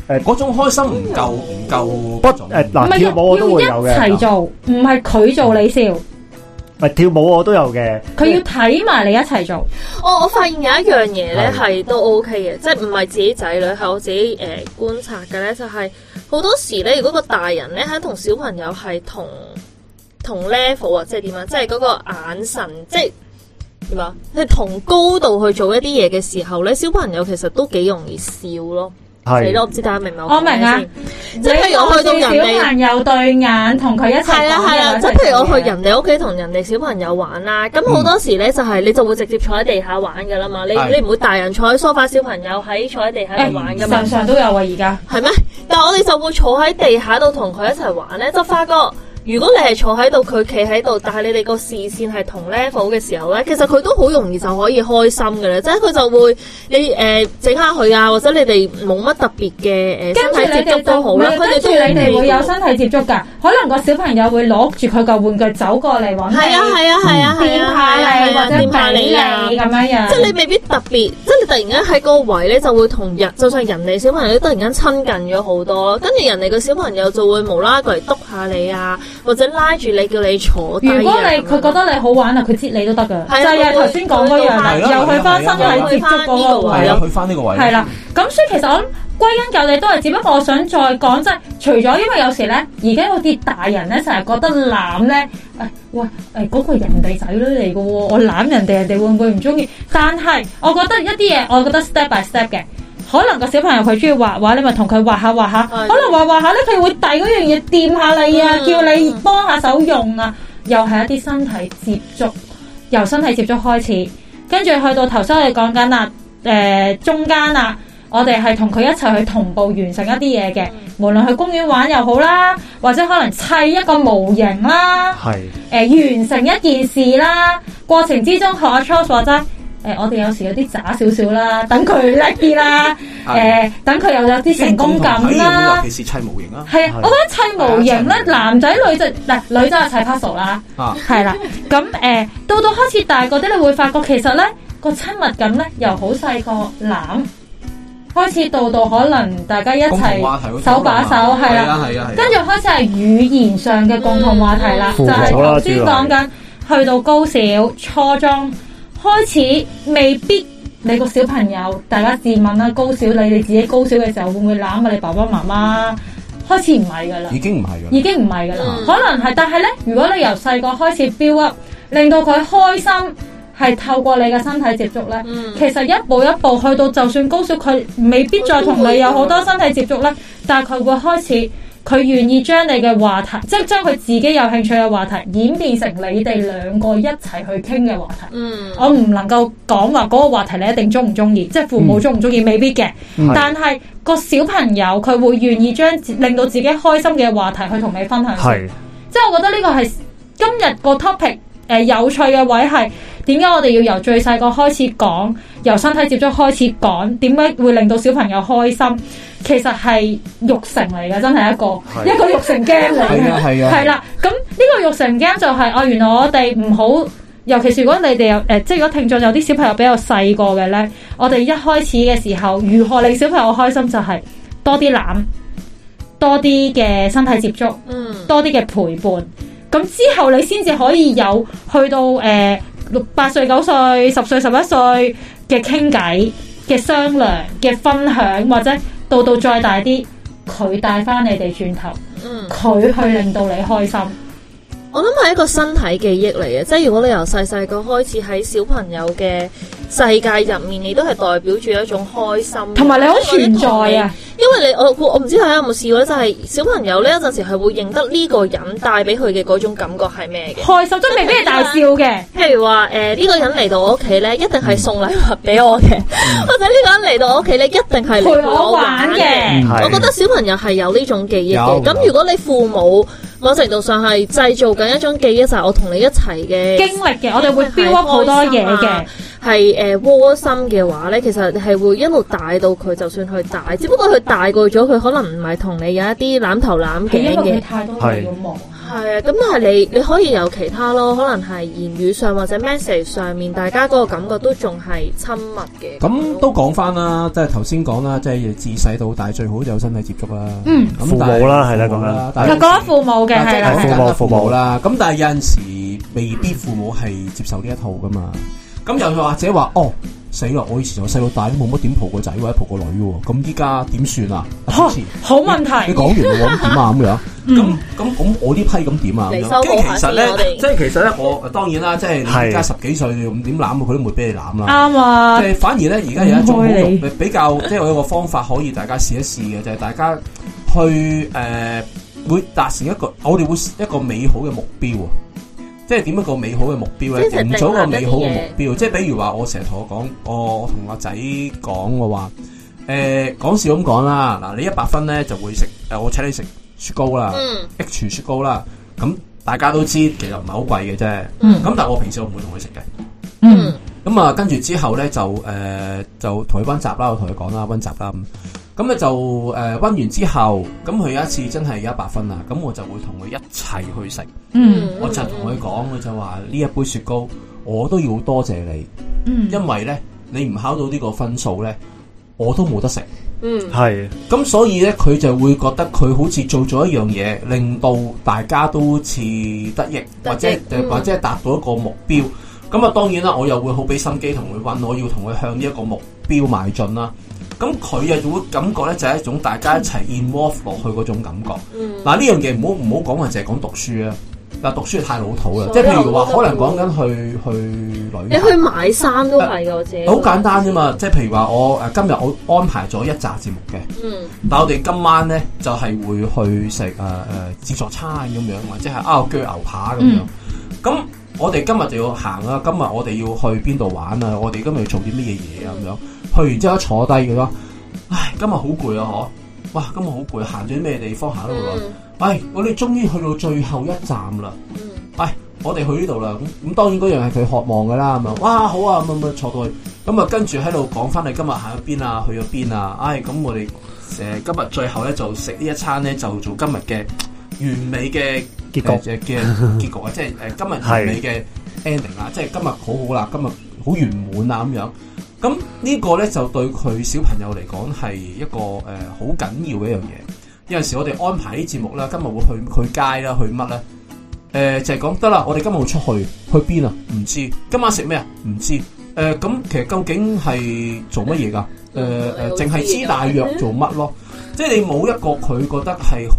Speaker 3: 嗰種開心唔夠唔夠
Speaker 1: 不
Speaker 3: 嗰
Speaker 1: 誒
Speaker 3: 種
Speaker 1: 嗱、
Speaker 2: 唔係
Speaker 1: 啊跳舞我都會有
Speaker 2: 要一齊
Speaker 1: 嘅，
Speaker 2: 做，唔係佢做你笑，
Speaker 1: 唔係跳舞我都有嘅，
Speaker 2: 佢要睇埋你一齊做。
Speaker 4: 哦我我發現有一樣嘢咧
Speaker 1: 係
Speaker 4: 係都 OK 嘅，即係唔係自己仔女，係我自己誒、呃、觀察嘅咧，就係、好多時咧，如果個大人咧喺同小朋友係同同 level 啊，即係點啊，即係嗰個眼神，即係點啊，係同高度去做一啲嘢嘅時候咧，小朋友其實都幾容易笑咯。死咯，
Speaker 1: 係
Speaker 4: 我唔知大家明唔明
Speaker 2: 我明啊
Speaker 4: 即係譬如我去到人
Speaker 2: 你望
Speaker 4: 哋
Speaker 2: 住小朋友對眼，同佢一齊
Speaker 4: 係啦係啦，
Speaker 2: 講嘢
Speaker 4: 即係譬如我去。人哋屋企同人哋小朋友玩啦，咁好多時咧就係你就會直接坐喺地下玩噶啦嘛，你
Speaker 3: 係
Speaker 4: 你唔會大人坐喺梳化，小朋友喺坐喺地下
Speaker 2: 誒
Speaker 4: 度玩噶嘛
Speaker 2: 常，常都有啊，而家
Speaker 4: 係咩？但係我哋就會坐喺地下度同佢一齊玩咧，就發覺。如果你係坐喺度，佢企喺度，但係你哋個視線係同 level 嘅時候咧，其實佢都好容易就可以開心嘅咧，即係佢就會你誒整下佢啊，或者你哋冇乜特別嘅誒
Speaker 2: 跟住
Speaker 4: 身體
Speaker 2: 你
Speaker 4: 接觸
Speaker 2: 哋
Speaker 4: 都
Speaker 2: 就
Speaker 4: 好
Speaker 2: 唔
Speaker 4: 啦，
Speaker 2: 係
Speaker 4: 佢哋
Speaker 2: 跟住
Speaker 4: 都
Speaker 2: 你哋會有
Speaker 4: 係啊
Speaker 2: 身體接觸㗎，可能個小朋友會攞住佢個玩具走過嚟揾你，
Speaker 4: 係啊係啊係
Speaker 2: 掂
Speaker 4: 啊，
Speaker 2: 下你
Speaker 4: 係啊
Speaker 2: 或者
Speaker 4: 掂下
Speaker 2: 俾
Speaker 4: 你啊
Speaker 2: 你咁樣樣。
Speaker 4: 即係你未必特別，即係你突然間喺個位咧就會同人，就算係人哋小朋友都突然間親近咗好多，跟住人哋個小朋友就會無啦啦過嚟督下你啊，或者拉住你叫你坐低啊
Speaker 2: 如果你
Speaker 4: 咁樣
Speaker 2: 佢覺得你好玩啊，佢接你都得噶，
Speaker 4: 係啊
Speaker 2: 就係頭先講嗰樣啦，
Speaker 4: 係
Speaker 3: 咯
Speaker 2: 又去翻身體接觸嗰個位
Speaker 3: 係
Speaker 2: 咯
Speaker 3: 啊，，去翻呢個位
Speaker 2: 係啦。咁所以其實我諗歸根究底都係，只不過我想再講即係，除咗因為有時咧，而家有啲大人咧成日覺得攬咧，誒喂誒嗰個人哋仔女嚟嘅喎，我攬人哋，人哋會唔會唔中意？但係我覺得一啲嘢，我覺得 step by step 嘅。可能個小朋友佢中意畫畫，你咪同佢畫下畫下。
Speaker 4: 係
Speaker 2: 可能畫畫下咧，佢會遞嗰樣嘢掂下你啊，
Speaker 4: 嗯
Speaker 2: 叫你幫下手用啊，又係一啲身體接觸，由身體接觸開始，跟住去到頭先我哋講緊啦，誒、中間啦，我哋係同佢一齊去同步完成一啲嘢嘅，無論去公園玩又好啦，或者可能砌一個模型啦，誒、
Speaker 1: 係
Speaker 2: 完成一件事啦，過程之中學阿 Charles 話齋。誒、我哋有時有啲渣少少啦，等佢叻啲啦，誒、等佢又有啲成功感啦
Speaker 3: 尤，其是砌模型啊，
Speaker 2: 系啊，我覺得啊砌模型咧，男仔女仔嗱女仔就砌 puzzle 啦，
Speaker 3: 啊
Speaker 2: 係啦，咁诶、呃到到開始大個啲，你會發覺其實咧個親密感咧由好細個攬開始到到可能大家一
Speaker 3: 共同話題
Speaker 2: 齊
Speaker 3: 嗰種
Speaker 2: 手把手
Speaker 3: 啊
Speaker 2: 係
Speaker 3: 係
Speaker 2: 啦，
Speaker 3: 啊係啊係啊，
Speaker 2: 跟住開始係語言上嘅共同話題啦，
Speaker 1: 嗯
Speaker 2: 就
Speaker 1: 輔
Speaker 2: 係
Speaker 1: 助啦
Speaker 2: 頭先講緊去到高小、初中開始未必。你個小朋友，大家自問啦，高小你哋自己高小嘅時候，會唔會攬下你爸爸媽媽？開始唔係噶啦，
Speaker 3: 已經唔係㗎啦
Speaker 2: 已經唔係噶啦
Speaker 4: 嗯，
Speaker 2: 可能係，但係咧，如果你由細個開始 build up，令到佢開心，係透過你嘅身體接觸咧，
Speaker 4: 嗯
Speaker 2: 其實一步一步去到，就算高小佢未必再同你有好多身體接觸咧，但係佢會開始，佢願意將你嘅話題，即係將佢自己有興趣嘅話題，演變成你哋兩個一齊去傾嘅話題。
Speaker 4: 嗯
Speaker 2: 我唔能夠講話嗰個話題你一定中唔中意，即係父母中唔中意未必嘅。
Speaker 1: 嗯
Speaker 2: 但係個小朋友佢會願意將自令到自己開心嘅話題去同你分享。
Speaker 1: 係
Speaker 2: 即係我覺得呢個係今日個 topic 誒、呃有趣嘅位係點解我哋要由最細個開始講，由身體接觸開始講，點解會令到小朋友開心？其實係育成嚟嘅，真係一個
Speaker 1: 係
Speaker 2: 一個育成 game 嚟
Speaker 3: 係啊
Speaker 2: 嘅，
Speaker 3: 係啊
Speaker 2: 係啦。咁呢個育成 game 就係、哦，原來我哋唔好，尤其是如果你哋有誒、即係如果聽眾有啲小朋友比較細個嘅咧，我哋一開始嘅時候，如何令小朋友開心就係多啲攬，多啲嘅身體接觸。
Speaker 4: 嗯，
Speaker 2: 多啲嘅陪伴。咁之後你先至可以有去到誒六八歲、九歲、十歲、十一歲嘅傾偈、嘅商量、嘅分享，或者到到再大啲，佢帶翻你哋轉頭，
Speaker 4: 嗯，
Speaker 2: 佢去令到你開心。
Speaker 4: 我諗係一個身體記憶嚟嘅，即係如果你由細細個開始喺小朋友嘅世界入面，你都係代表住一種開心，
Speaker 2: 同埋你好存在啊！
Speaker 4: 因為你我我唔知大家有冇試過咧，就係、小朋友呢，有陣時係會認得呢個人帶俾佢嘅嗰種感覺係咩嘅。
Speaker 2: 開心，即係未必係大笑嘅，
Speaker 4: 譬如話誒呢個人嚟到我屋企咧，一定係送禮物俾我嘅，
Speaker 3: 嗯
Speaker 4: 或者呢個人嚟到我屋企咧，一定係嚟
Speaker 2: 陪我玩嘅。
Speaker 1: 係
Speaker 4: 我覺得小朋友係有呢種記憶
Speaker 3: 嗯有
Speaker 4: 嘅。咁如果你父母某程度上係製造緊一種記憶，就係、我同你一齊嘅
Speaker 2: 經歷嘅，我哋會 build up 好多嘢嘅，
Speaker 4: 啊係誒窩心嘅話咧，其實係會一路大到佢，就算佢大，只不過佢大個咗，佢可能唔係同你有一啲攬頭攬
Speaker 2: 係因
Speaker 4: 頸
Speaker 2: 為佢
Speaker 4: 嘅。
Speaker 2: 太多嘢要忙。
Speaker 4: 係啊，咁但係你你可以有其他咯，可能係言語上或者 message 上面，大家嗰個感覺都仲係親密嘅。
Speaker 3: 咁都講翻啦，即係頭先講啦，即係自細到大最好有身體接觸啦。
Speaker 2: 嗯
Speaker 3: 咁
Speaker 1: 父母
Speaker 3: 但係
Speaker 1: 啦係啦
Speaker 3: 父母
Speaker 1: 講緊
Speaker 3: 但
Speaker 2: 其實講緊父母嘅係啦，係
Speaker 4: 啊
Speaker 3: 係但係講
Speaker 2: 啦
Speaker 3: 緊父
Speaker 1: 父母
Speaker 3: 母啦，咁但係有陣時未必父母係接受呢一套噶嘛。咁又或者話哦，死啦！我以前由細到大都冇乜點抱個仔或者抱個女喎，咁依家點算啊？
Speaker 2: 呵
Speaker 3: 阿主持
Speaker 2: 好問題嗯
Speaker 3: 你。講完喎，咁點啊？咁樣，咁咁咁，我呢批咁點啊？咁
Speaker 4: 嚟
Speaker 3: 樣
Speaker 4: 收
Speaker 3: 跟
Speaker 4: 補
Speaker 3: 住其
Speaker 4: 下
Speaker 3: 實
Speaker 4: 先我
Speaker 3: 咧，
Speaker 4: 哋
Speaker 3: 即係其實咧，我當然啦，即係你
Speaker 1: 係
Speaker 3: 而家十幾歲，你點攬佢都唔會俾你攬啦。
Speaker 2: 啱啊
Speaker 3: 即，係反而咧，而家有一種好
Speaker 2: 唔開
Speaker 3: 用
Speaker 2: 你
Speaker 3: 比較，即係我有個方法可以大家試一試嘅，就係、大家去誒、呃、會達成一個，我哋會一個美好嘅目標啊！即係點一個美好嘅目標咧？
Speaker 4: 即係
Speaker 3: 營
Speaker 4: 定
Speaker 3: 造一個
Speaker 4: 立一啲
Speaker 3: 美好嘅目
Speaker 4: 嘢
Speaker 3: 標，即係比如話，我成日同我講，我我同阿仔講我話，誒、講笑咁講啦，嗱，你一百分咧就會食，誒、我請你食雪糕啦、
Speaker 4: 嗯
Speaker 3: h 雪糕啦，咁大家都知其實唔係好貴嘅啫，咁、
Speaker 2: 嗯
Speaker 3: 但係我平時我唔會同佢食嘅。
Speaker 2: 嗯。
Speaker 4: 嗯
Speaker 3: 咁啊，跟住之後咧就誒、呃就同佢温習啦，我同佢講啦，温習啦咁。咁咧就誒温、完之後，咁佢有一次真係有一百分啦，咁我就會同佢一齊去食。
Speaker 2: 嗯
Speaker 3: 我就同佢講，佢就話呢一杯雪糕我都要多謝你，
Speaker 2: 嗯，
Speaker 3: 因為咧你唔考到呢個分數咧，我都冇得食。
Speaker 4: 嗯
Speaker 1: 係
Speaker 3: 咁所以咧，佢就會覺得佢好似做咗一樣嘢，令到大家都好似得益，
Speaker 4: 得益
Speaker 3: 或者呃
Speaker 4: 嗯
Speaker 3: 或者達到一個目標。咁啊，當然啦，我又會好俾心機同佢揾，我要同佢向呢一個目標邁進啦。咁佢又會感覺咧，就係一種大家一齊 involve 落去嗰種感覺。
Speaker 4: 嗯
Speaker 3: 嗱呢樣嘢唔好唔好講話，淨係講讀書啊！嗱，讀書太老土啦，
Speaker 4: 所
Speaker 3: 即
Speaker 4: 有
Speaker 3: 係譬如話，
Speaker 4: 都
Speaker 3: 可能
Speaker 4: 都
Speaker 3: 講緊去去旅
Speaker 4: 你
Speaker 3: 行。
Speaker 4: 去買衫都係嘅，我自己
Speaker 3: 好簡單啫嘛，即係譬如話我誒今日我安排咗一集節目嘅。
Speaker 4: 嗯
Speaker 3: 但我哋今晚咧就係、會去食誒誒自助餐咁樣，或者係啊拗鋸牛扒咁樣。咁、我哋今日就要行啊啦，今日我哋要去邊度玩啊？我哋今日要做啲乜嘢嘢啊？咁樣去完之後一坐低嘅咯。唉，今日好攰啊！嗬，哇，今日好攰，行咗啲咩地方行得好耐？
Speaker 4: 嗯
Speaker 3: 唉，我哋終於去到最後一站啦。
Speaker 4: 嗯
Speaker 3: 我哋去呢度啦，咁咁當然嗰樣係佢渴望噶啦，咁啊，哇好啊，咁啊咁啊坐到去，咁啊跟住喺度講翻你今日行咗邊啊，去咗邊啊，唉、咁我哋誒、呃今日最後咧就食呢一餐咧就做今日嘅完美嘅
Speaker 1: 結局
Speaker 3: 呃嘅嘅結局啊，即係誒、呃今日完美嘅 ending 啊啦，即係今日好好啦，今日好圓滿啊咁樣。咁呢個咧就對佢小朋友嚟講係一個誒好緊要嘅一樣嘢。有陣時我哋安排啲節目啦，今日會去去街啦，去乜咧？誒、就係講得啦，我哋今日會出去，去邊啊？唔知。今晚食咩啊？唔知。誒、咁其實究竟係做乜嘢㗎？誒、誒，淨係知大約做乜咯？即係你冇一個佢覺得係好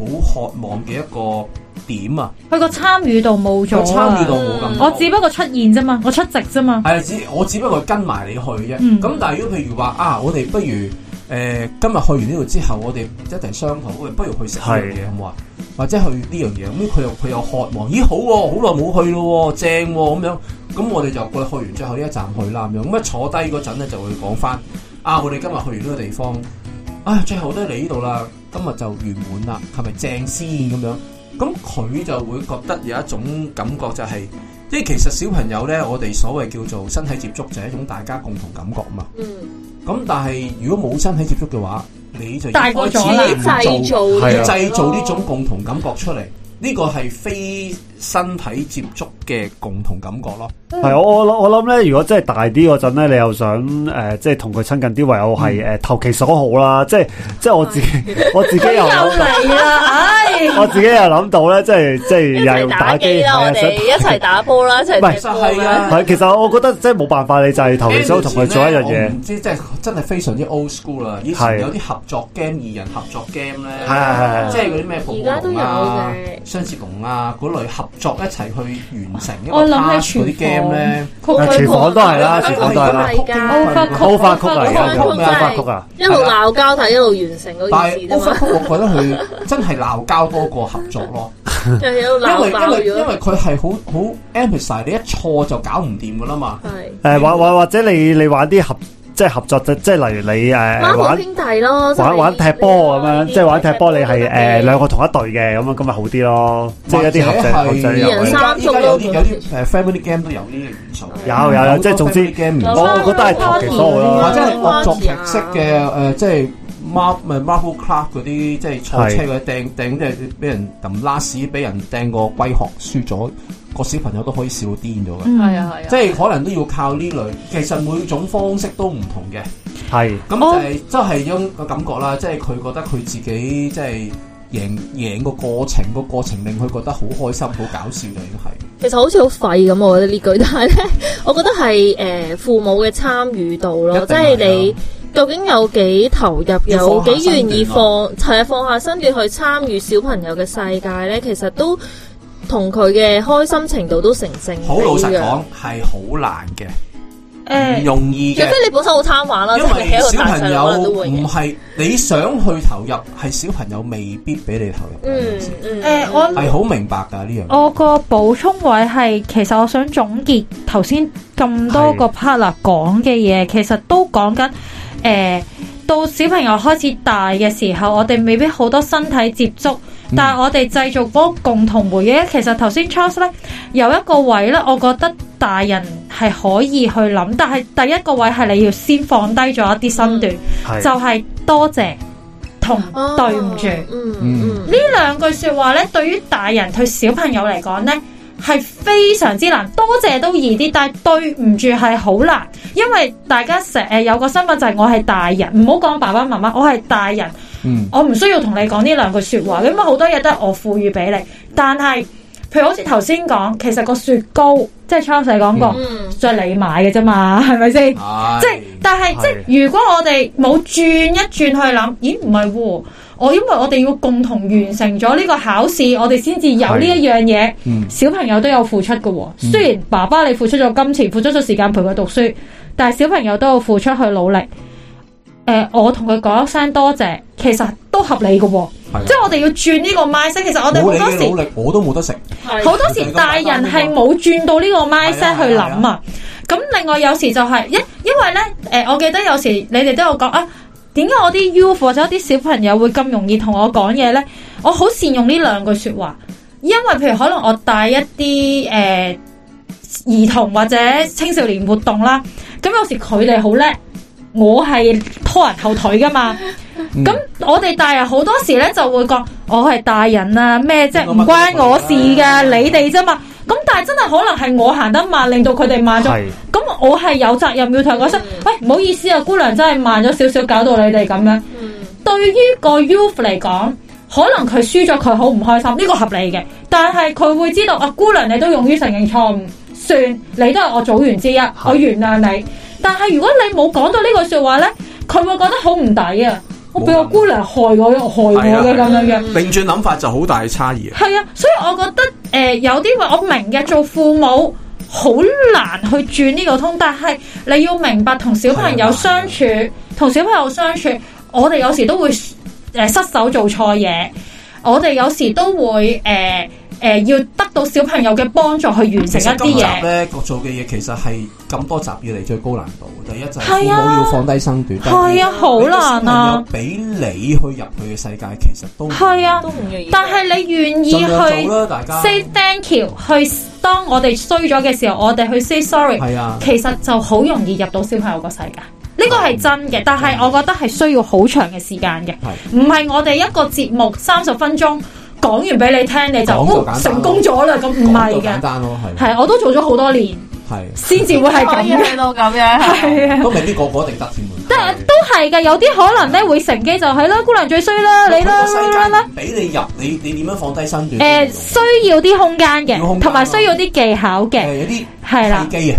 Speaker 3: 渴望嘅一個點啊，
Speaker 2: 佢個參與度冇
Speaker 3: 佢
Speaker 2: 咗
Speaker 3: 參與
Speaker 2: 啊
Speaker 3: 度！冇咁高。
Speaker 2: 我只不過出現啫嘛，我出席啫嘛。
Speaker 3: 係只我只不過跟埋你去啫。咁、
Speaker 2: 嗯
Speaker 3: 但係如果譬如話啊，我哋不如誒、呃今日去完呢度之後，我哋一齊商討，我哋不如去食呢樣嘢
Speaker 1: 係
Speaker 3: 好唔好啊？或者去呢樣嘢咁，佢又佢又渴望，咦好喎、好耐冇去咯喎，正喎、咁樣。咁我哋就過去完最後呢一站去啦咁樣。咁一坐低嗰陣咧，就會講翻啊，我哋今日去完呢個地方，啊最後都係嚟呢度啦，啊今日就圓滿啦，係咪正先咁樣？咁佢就會覺得有一種感覺就係、即係其實小朋友咧，我哋所謂叫做身體接觸就係一種大家共同感覺嘛。
Speaker 4: 嗯
Speaker 3: 咁但係如果冇身體接觸嘅話，你就
Speaker 2: 大個咗啦
Speaker 3: 要開始
Speaker 4: 製造
Speaker 3: 做
Speaker 1: 係啊
Speaker 3: 製造呢種共同感覺出嚟。呢個係非身體接觸嘅共同感覺咯。
Speaker 1: 系我我諗我谂咧，如果真係大啲嗰陣咧，你又想诶、呃即係同佢親近啲，唯有係
Speaker 2: 嗯
Speaker 1: 诶投其所好啦。即係即系我 自己，我自己又諗到
Speaker 2: 嚟啦，唉，
Speaker 1: 我自己又諗到咧，即係即
Speaker 4: 一
Speaker 1: 系又
Speaker 4: 齊
Speaker 1: 用
Speaker 4: 打
Speaker 1: 機係
Speaker 4: 機啦，我
Speaker 1: 啊
Speaker 4: 哋一齊打波啦，一齊踢
Speaker 3: 其實
Speaker 4: 波
Speaker 3: 係啊
Speaker 4: 啦。
Speaker 1: 想係其實我覺得即係冇辦法，你就係投其所好同佢做一樣
Speaker 3: 以前咧
Speaker 1: 嘢
Speaker 3: 我。唔知即係真係非常之 old school 啦。以
Speaker 1: 係
Speaker 3: 前有啲合作 game、二人合作 game 咧，
Speaker 1: 係係係係
Speaker 3: 即係嗰啲咩
Speaker 4: 而家
Speaker 3: 暴
Speaker 4: 都有
Speaker 3: 龍啊
Speaker 4: 嘅、
Speaker 3: 雙截龍啊嗰類合作一齊去完成一個
Speaker 2: 我諗
Speaker 3: task
Speaker 2: 起
Speaker 3: 嗰啲
Speaker 2: 廚
Speaker 3: game 咧。
Speaker 2: 房，
Speaker 1: 廚房都係啦廚房都係啦
Speaker 2: 我
Speaker 1: over 曲啊，而家叫
Speaker 4: 我
Speaker 1: over 曲啊，
Speaker 4: 一路鬧交，但係一路完成嗰
Speaker 3: 但
Speaker 4: 件
Speaker 3: 係
Speaker 4: 事啫
Speaker 3: over
Speaker 4: 嘛，
Speaker 3: 曲，我覺得佢真係鬧交多過合作咯，
Speaker 4: 就係一路
Speaker 3: 因 為
Speaker 4: 鬧
Speaker 3: 因
Speaker 4: 爆
Speaker 3: 為因為
Speaker 4: 咗。
Speaker 3: 佢係好好 emphasize 你一錯就搞唔掂噶啦嘛。
Speaker 4: 係
Speaker 1: 诶或或或者你你玩啲合即係合作即即係例如你诶
Speaker 4: 孖好
Speaker 1: 玩。
Speaker 4: 兄弟咯，真
Speaker 1: 玩
Speaker 4: 係
Speaker 1: 玩踢波咁樣，即係玩踢波，你係誒兩
Speaker 4: 個
Speaker 1: 個同一隊嘅，咁啊樣咁咪好啲咯，即係一啲合
Speaker 3: 者
Speaker 1: 作合作
Speaker 4: 二人
Speaker 1: 遊戲
Speaker 4: 三。
Speaker 3: 依家有啲有啲誒 family game 都有呢啲元素。
Speaker 1: 有有有，即係總之，
Speaker 3: game
Speaker 1: 我我覺得係投其所好
Speaker 3: 或
Speaker 1: 啦。
Speaker 3: 者係惡作劇式嘅誒，呃即係 mar 咪 marble club 嗰啲，即係賽車嗰啲掟掟，即係俾人抌拉屎，俾人掟個龜殼，輸咗個小朋友都可以笑癲咗嘅。
Speaker 2: 嗯
Speaker 5: 係啊係啊，
Speaker 3: 即係可能都要靠呢類，其實每種方式都唔同嘅。
Speaker 1: 係
Speaker 3: 咁
Speaker 2: 哦
Speaker 3: 就係即係一種個感覺啦，即係佢覺得佢自己即係贏贏個過程，個過程令佢覺得好開心、好搞笑就已經係。
Speaker 4: 其實好似好廢咁，我覺得呢句，但係咧，我覺得係誒父母嘅參與度咯，
Speaker 3: 一定係
Speaker 4: 即係你究竟有幾投入，
Speaker 3: 要
Speaker 4: 有
Speaker 3: 放下
Speaker 4: 幾願意
Speaker 3: 身段
Speaker 4: 放係啊放下身段去參與小朋友嘅世界咧，其實都同佢嘅開心程度都成正比
Speaker 3: 好老實
Speaker 4: 嘅。
Speaker 3: 講，係好難嘅，唔
Speaker 2: 啊誒，
Speaker 3: 容易
Speaker 4: 除非
Speaker 3: 嘅。
Speaker 4: 你本身好貪玩啦，
Speaker 3: 因
Speaker 4: 即係你
Speaker 3: 為
Speaker 4: 喺度
Speaker 3: 小
Speaker 4: 大細
Speaker 3: 朋
Speaker 4: 可
Speaker 2: 啊
Speaker 4: 能
Speaker 3: 友
Speaker 4: 都會
Speaker 3: 唔
Speaker 4: 嘅。
Speaker 3: 係你想去投入，係小朋友未必俾你投入。
Speaker 4: 嗯嗯，
Speaker 2: 誒，我
Speaker 3: 係好明白㗎呢樣嘢。
Speaker 2: 我個補充位係，其實我想總結頭先咁多個 partner 講嘅嘢，其實都講緊誒。到小朋友開始大嘅時候，我哋未必好多身體接觸，
Speaker 3: 嗯
Speaker 2: 但係我哋製造嗰個共同回憶。其實頭先 Charles 咧有一個位咧，我覺得大人係可以去諗，但係第一個位係你要先放低咗一啲身
Speaker 3: 嗯
Speaker 2: 段，就
Speaker 1: 係
Speaker 2: 係多謝同
Speaker 4: 哦
Speaker 2: 對唔住。
Speaker 4: 嗯嗯，
Speaker 2: 呢兩句说話咧，對於大人對小朋友嚟講咧，係非常之難。多謝都易啲，但係對唔住係好難，因為大家成诶有個身份就係我係大人，唔好講爸爸媽媽，我係大人，
Speaker 3: 嗯，
Speaker 2: 我唔需要同你講呢兩句说話，因為好多嘢都係我賦予俾你。但係，譬如好似頭先講，其實個雪糕，即係 Charles 講過，
Speaker 4: 嗯
Speaker 2: 就係你買嘅啫嘛，係咪先？哦即係，但係
Speaker 1: 係
Speaker 2: 即係，如果我哋冇轉一轉去諗，咦唔係喎，我因為我哋要共同完成咗呢個考試，我哋先至有呢一樣嘢。
Speaker 3: 嗯
Speaker 2: 小朋友都有付出嘅喎，雖然爸爸你付出咗金錢，付出咗時間陪佢讀書，但係小朋友都有付出去努力。誒、我同佢講一聲多謝，其實都合理嘅喎。
Speaker 3: 係啊
Speaker 2: 即係我哋要轉呢個 mindset。其實我哋
Speaker 3: 冇
Speaker 2: 好
Speaker 3: 你
Speaker 2: 多
Speaker 3: 嘅
Speaker 2: 時
Speaker 3: 努。力，我都冇得食。
Speaker 2: 好多時大人係冇轉到呢個 mindset 去諗
Speaker 3: 係
Speaker 2: 啊。咁另外有時就係、因因為咧，誒、我記得有時你哋都有講啊，點解我啲 U 或者啲小朋友會咁容易同我講嘢咧？我好善用呢兩句説話，因為譬如可能我帶一啲誒、呃兒童或者青少年活動啦，咁有時佢哋好叻，我係拖人後腿噶嘛。
Speaker 3: 嗯
Speaker 2: 咁、我哋大人好多時咧就會講，我係大人啊，咩啫，唔關我事噶，你哋啫嘛。咁但係真係可能係我行得慢，令到佢哋慢咗。
Speaker 1: 係
Speaker 2: 咁我係有責任要同佢講聲，
Speaker 4: 嗯
Speaker 2: 喂，唔好意思啊，姑娘真係慢咗少少，搞到你哋咁樣。
Speaker 4: 嗯
Speaker 2: 對於個 youth 嚟講，可能佢輸咗，佢好唔開心，呢、個合理嘅。但係佢會知道啊，姑娘你都勇於承認錯誤，算你都係我組員之一，我原諒你。但係如果你冇講到呢句説話呢，佢會覺得好唔抵啊！我俾個姑娘害我，害我
Speaker 3: 係啊
Speaker 2: 嘅
Speaker 3: 係
Speaker 2: 咁
Speaker 3: 啊
Speaker 2: 樣樣。
Speaker 3: 另轉諗法就好大嘅差異。
Speaker 2: 係啊，所以我覺得誒、呃有啲位我明嘅，做父母好難去轉呢個通，但係你要明白同小朋友相處，
Speaker 3: 啊
Speaker 2: 同小朋友相處，我哋有時都會誒、呃失手做錯嘢，我哋有時都會誒誒、呃呃要得到小朋友嘅幫助去完
Speaker 3: 其
Speaker 2: 成
Speaker 3: 實
Speaker 2: 一
Speaker 3: 今
Speaker 2: 啲
Speaker 3: 集
Speaker 2: 嘢。
Speaker 3: 咧，各做嘅嘢其實係咁多集以嚟最高難度。第一就係父母
Speaker 2: 係啊
Speaker 3: 要放低身段，
Speaker 2: 係啊，好難啊！！
Speaker 3: 俾你去入佢嘅世界，其實都
Speaker 2: 係啊
Speaker 4: 都唔容易。
Speaker 2: 但係你願意
Speaker 3: 盡量
Speaker 2: 去
Speaker 3: 做啦，大家
Speaker 2: say thank you，去當我哋衰咗嘅時候，我哋去 say sorry，
Speaker 3: 係啊，
Speaker 2: 其實就好容易入到小朋友個世界。呢個係真
Speaker 3: 嗯
Speaker 2: 嘅，但係我覺得係需要好長嘅時間嘅，唔係我哋一個節目三十分鐘講完俾你聽，你就
Speaker 3: 講就
Speaker 2: 哦
Speaker 3: 簡單
Speaker 2: 成功咗啦，咁唔係
Speaker 3: 講到簡
Speaker 2: 嘅，
Speaker 3: 單咯，係
Speaker 2: 係我都做咗好多年，
Speaker 3: 係
Speaker 2: 先至會係
Speaker 5: 可以
Speaker 2: 咁。
Speaker 5: 去到咁樣，
Speaker 2: 係啊，
Speaker 3: 都未必個個一定得添啊喎。
Speaker 2: 但係都係嘅，有啲可能咧會乘機就係啦，姑娘最衰啦，你啦
Speaker 3: 個世
Speaker 2: 啦啦
Speaker 3: 界
Speaker 2: 啦
Speaker 3: 唔，俾你入，你你點樣放低身
Speaker 2: 誒
Speaker 3: 段？
Speaker 2: 需要啲空間嘅
Speaker 3: 要空間，啊
Speaker 2: 同埋需要啲技巧嘅。
Speaker 3: 誒有啲
Speaker 2: 係啦，
Speaker 3: 契機啊，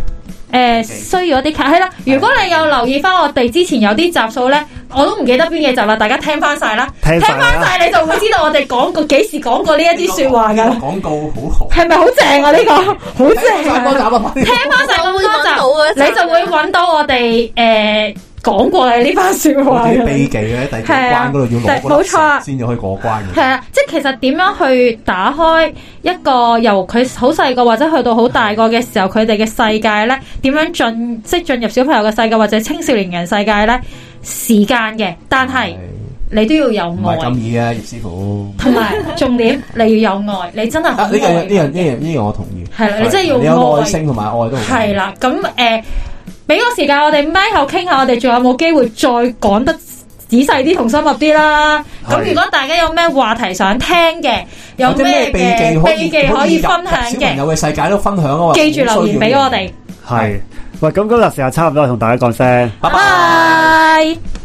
Speaker 2: 誒需要一啲卡係啦。如果你有留意翻我哋之前有啲集數咧，我都唔記得邊幾集啦，大家聽翻晒啦，
Speaker 1: 聽
Speaker 2: 聽
Speaker 1: 晒啦
Speaker 2: 翻晒你就會知道我哋講過幾時講過呢一啲説話㗎
Speaker 3: 呢
Speaker 2: 啦。
Speaker 3: 個廣告好紅，
Speaker 2: 係咪好正啊？呢個好正
Speaker 3: 聽多集
Speaker 2: 啊！
Speaker 3: 啊，快啲
Speaker 2: 聽翻晒咁多集，你就會揾到我哋誒講過嘅呢番説話㗎
Speaker 3: 啲
Speaker 2: 啦
Speaker 3: 秘技咧，第幾
Speaker 2: 係啊
Speaker 3: 關嗰度要攞
Speaker 2: 但冇錯啊
Speaker 3: 嗰粒石先至可以過關
Speaker 2: 係
Speaker 3: 嘅。
Speaker 2: 啊，即係其實點樣去打開一個由佢好細個或者去到好大個嘅時候，佢哋嘅世界呢，點樣進即係進入小朋友嘅世界或者青少年人世界呢？時間嘅，但係你都要
Speaker 3: 唔
Speaker 2: 有
Speaker 3: 係
Speaker 2: 愛
Speaker 3: 咁，易啊，葉師傅。
Speaker 2: 同埋重點你要有愛，你真係好
Speaker 3: 啊！呢樣呢
Speaker 2: 愛。
Speaker 3: 樣呢樣呢樣我同意。
Speaker 2: 係啦你真係要
Speaker 3: 你有耐性同埋愛都好。
Speaker 2: 係。啦，咁誒，俾、個時間我哋咪後傾下，我哋仲有冇機會再講得仔細啲同深入啲啦？咁
Speaker 3: 係
Speaker 2: 如果大家有咩話題想聽嘅，有
Speaker 3: 啲
Speaker 2: 咩
Speaker 3: 秘
Speaker 2: 嘅秘
Speaker 3: 技可
Speaker 2: 技
Speaker 3: 以
Speaker 2: 可以
Speaker 3: 入
Speaker 2: 分享
Speaker 3: 小朋
Speaker 2: 嘅，
Speaker 3: 友嘅世界都分享啊！
Speaker 2: 記住
Speaker 3: 好
Speaker 2: 留
Speaker 3: 需要
Speaker 2: 言俾我哋。
Speaker 1: 係。喂，咁今日時間差唔多，同大家講聲。
Speaker 3: 拜
Speaker 2: 拜
Speaker 3: 拜。
Speaker 2: 拜。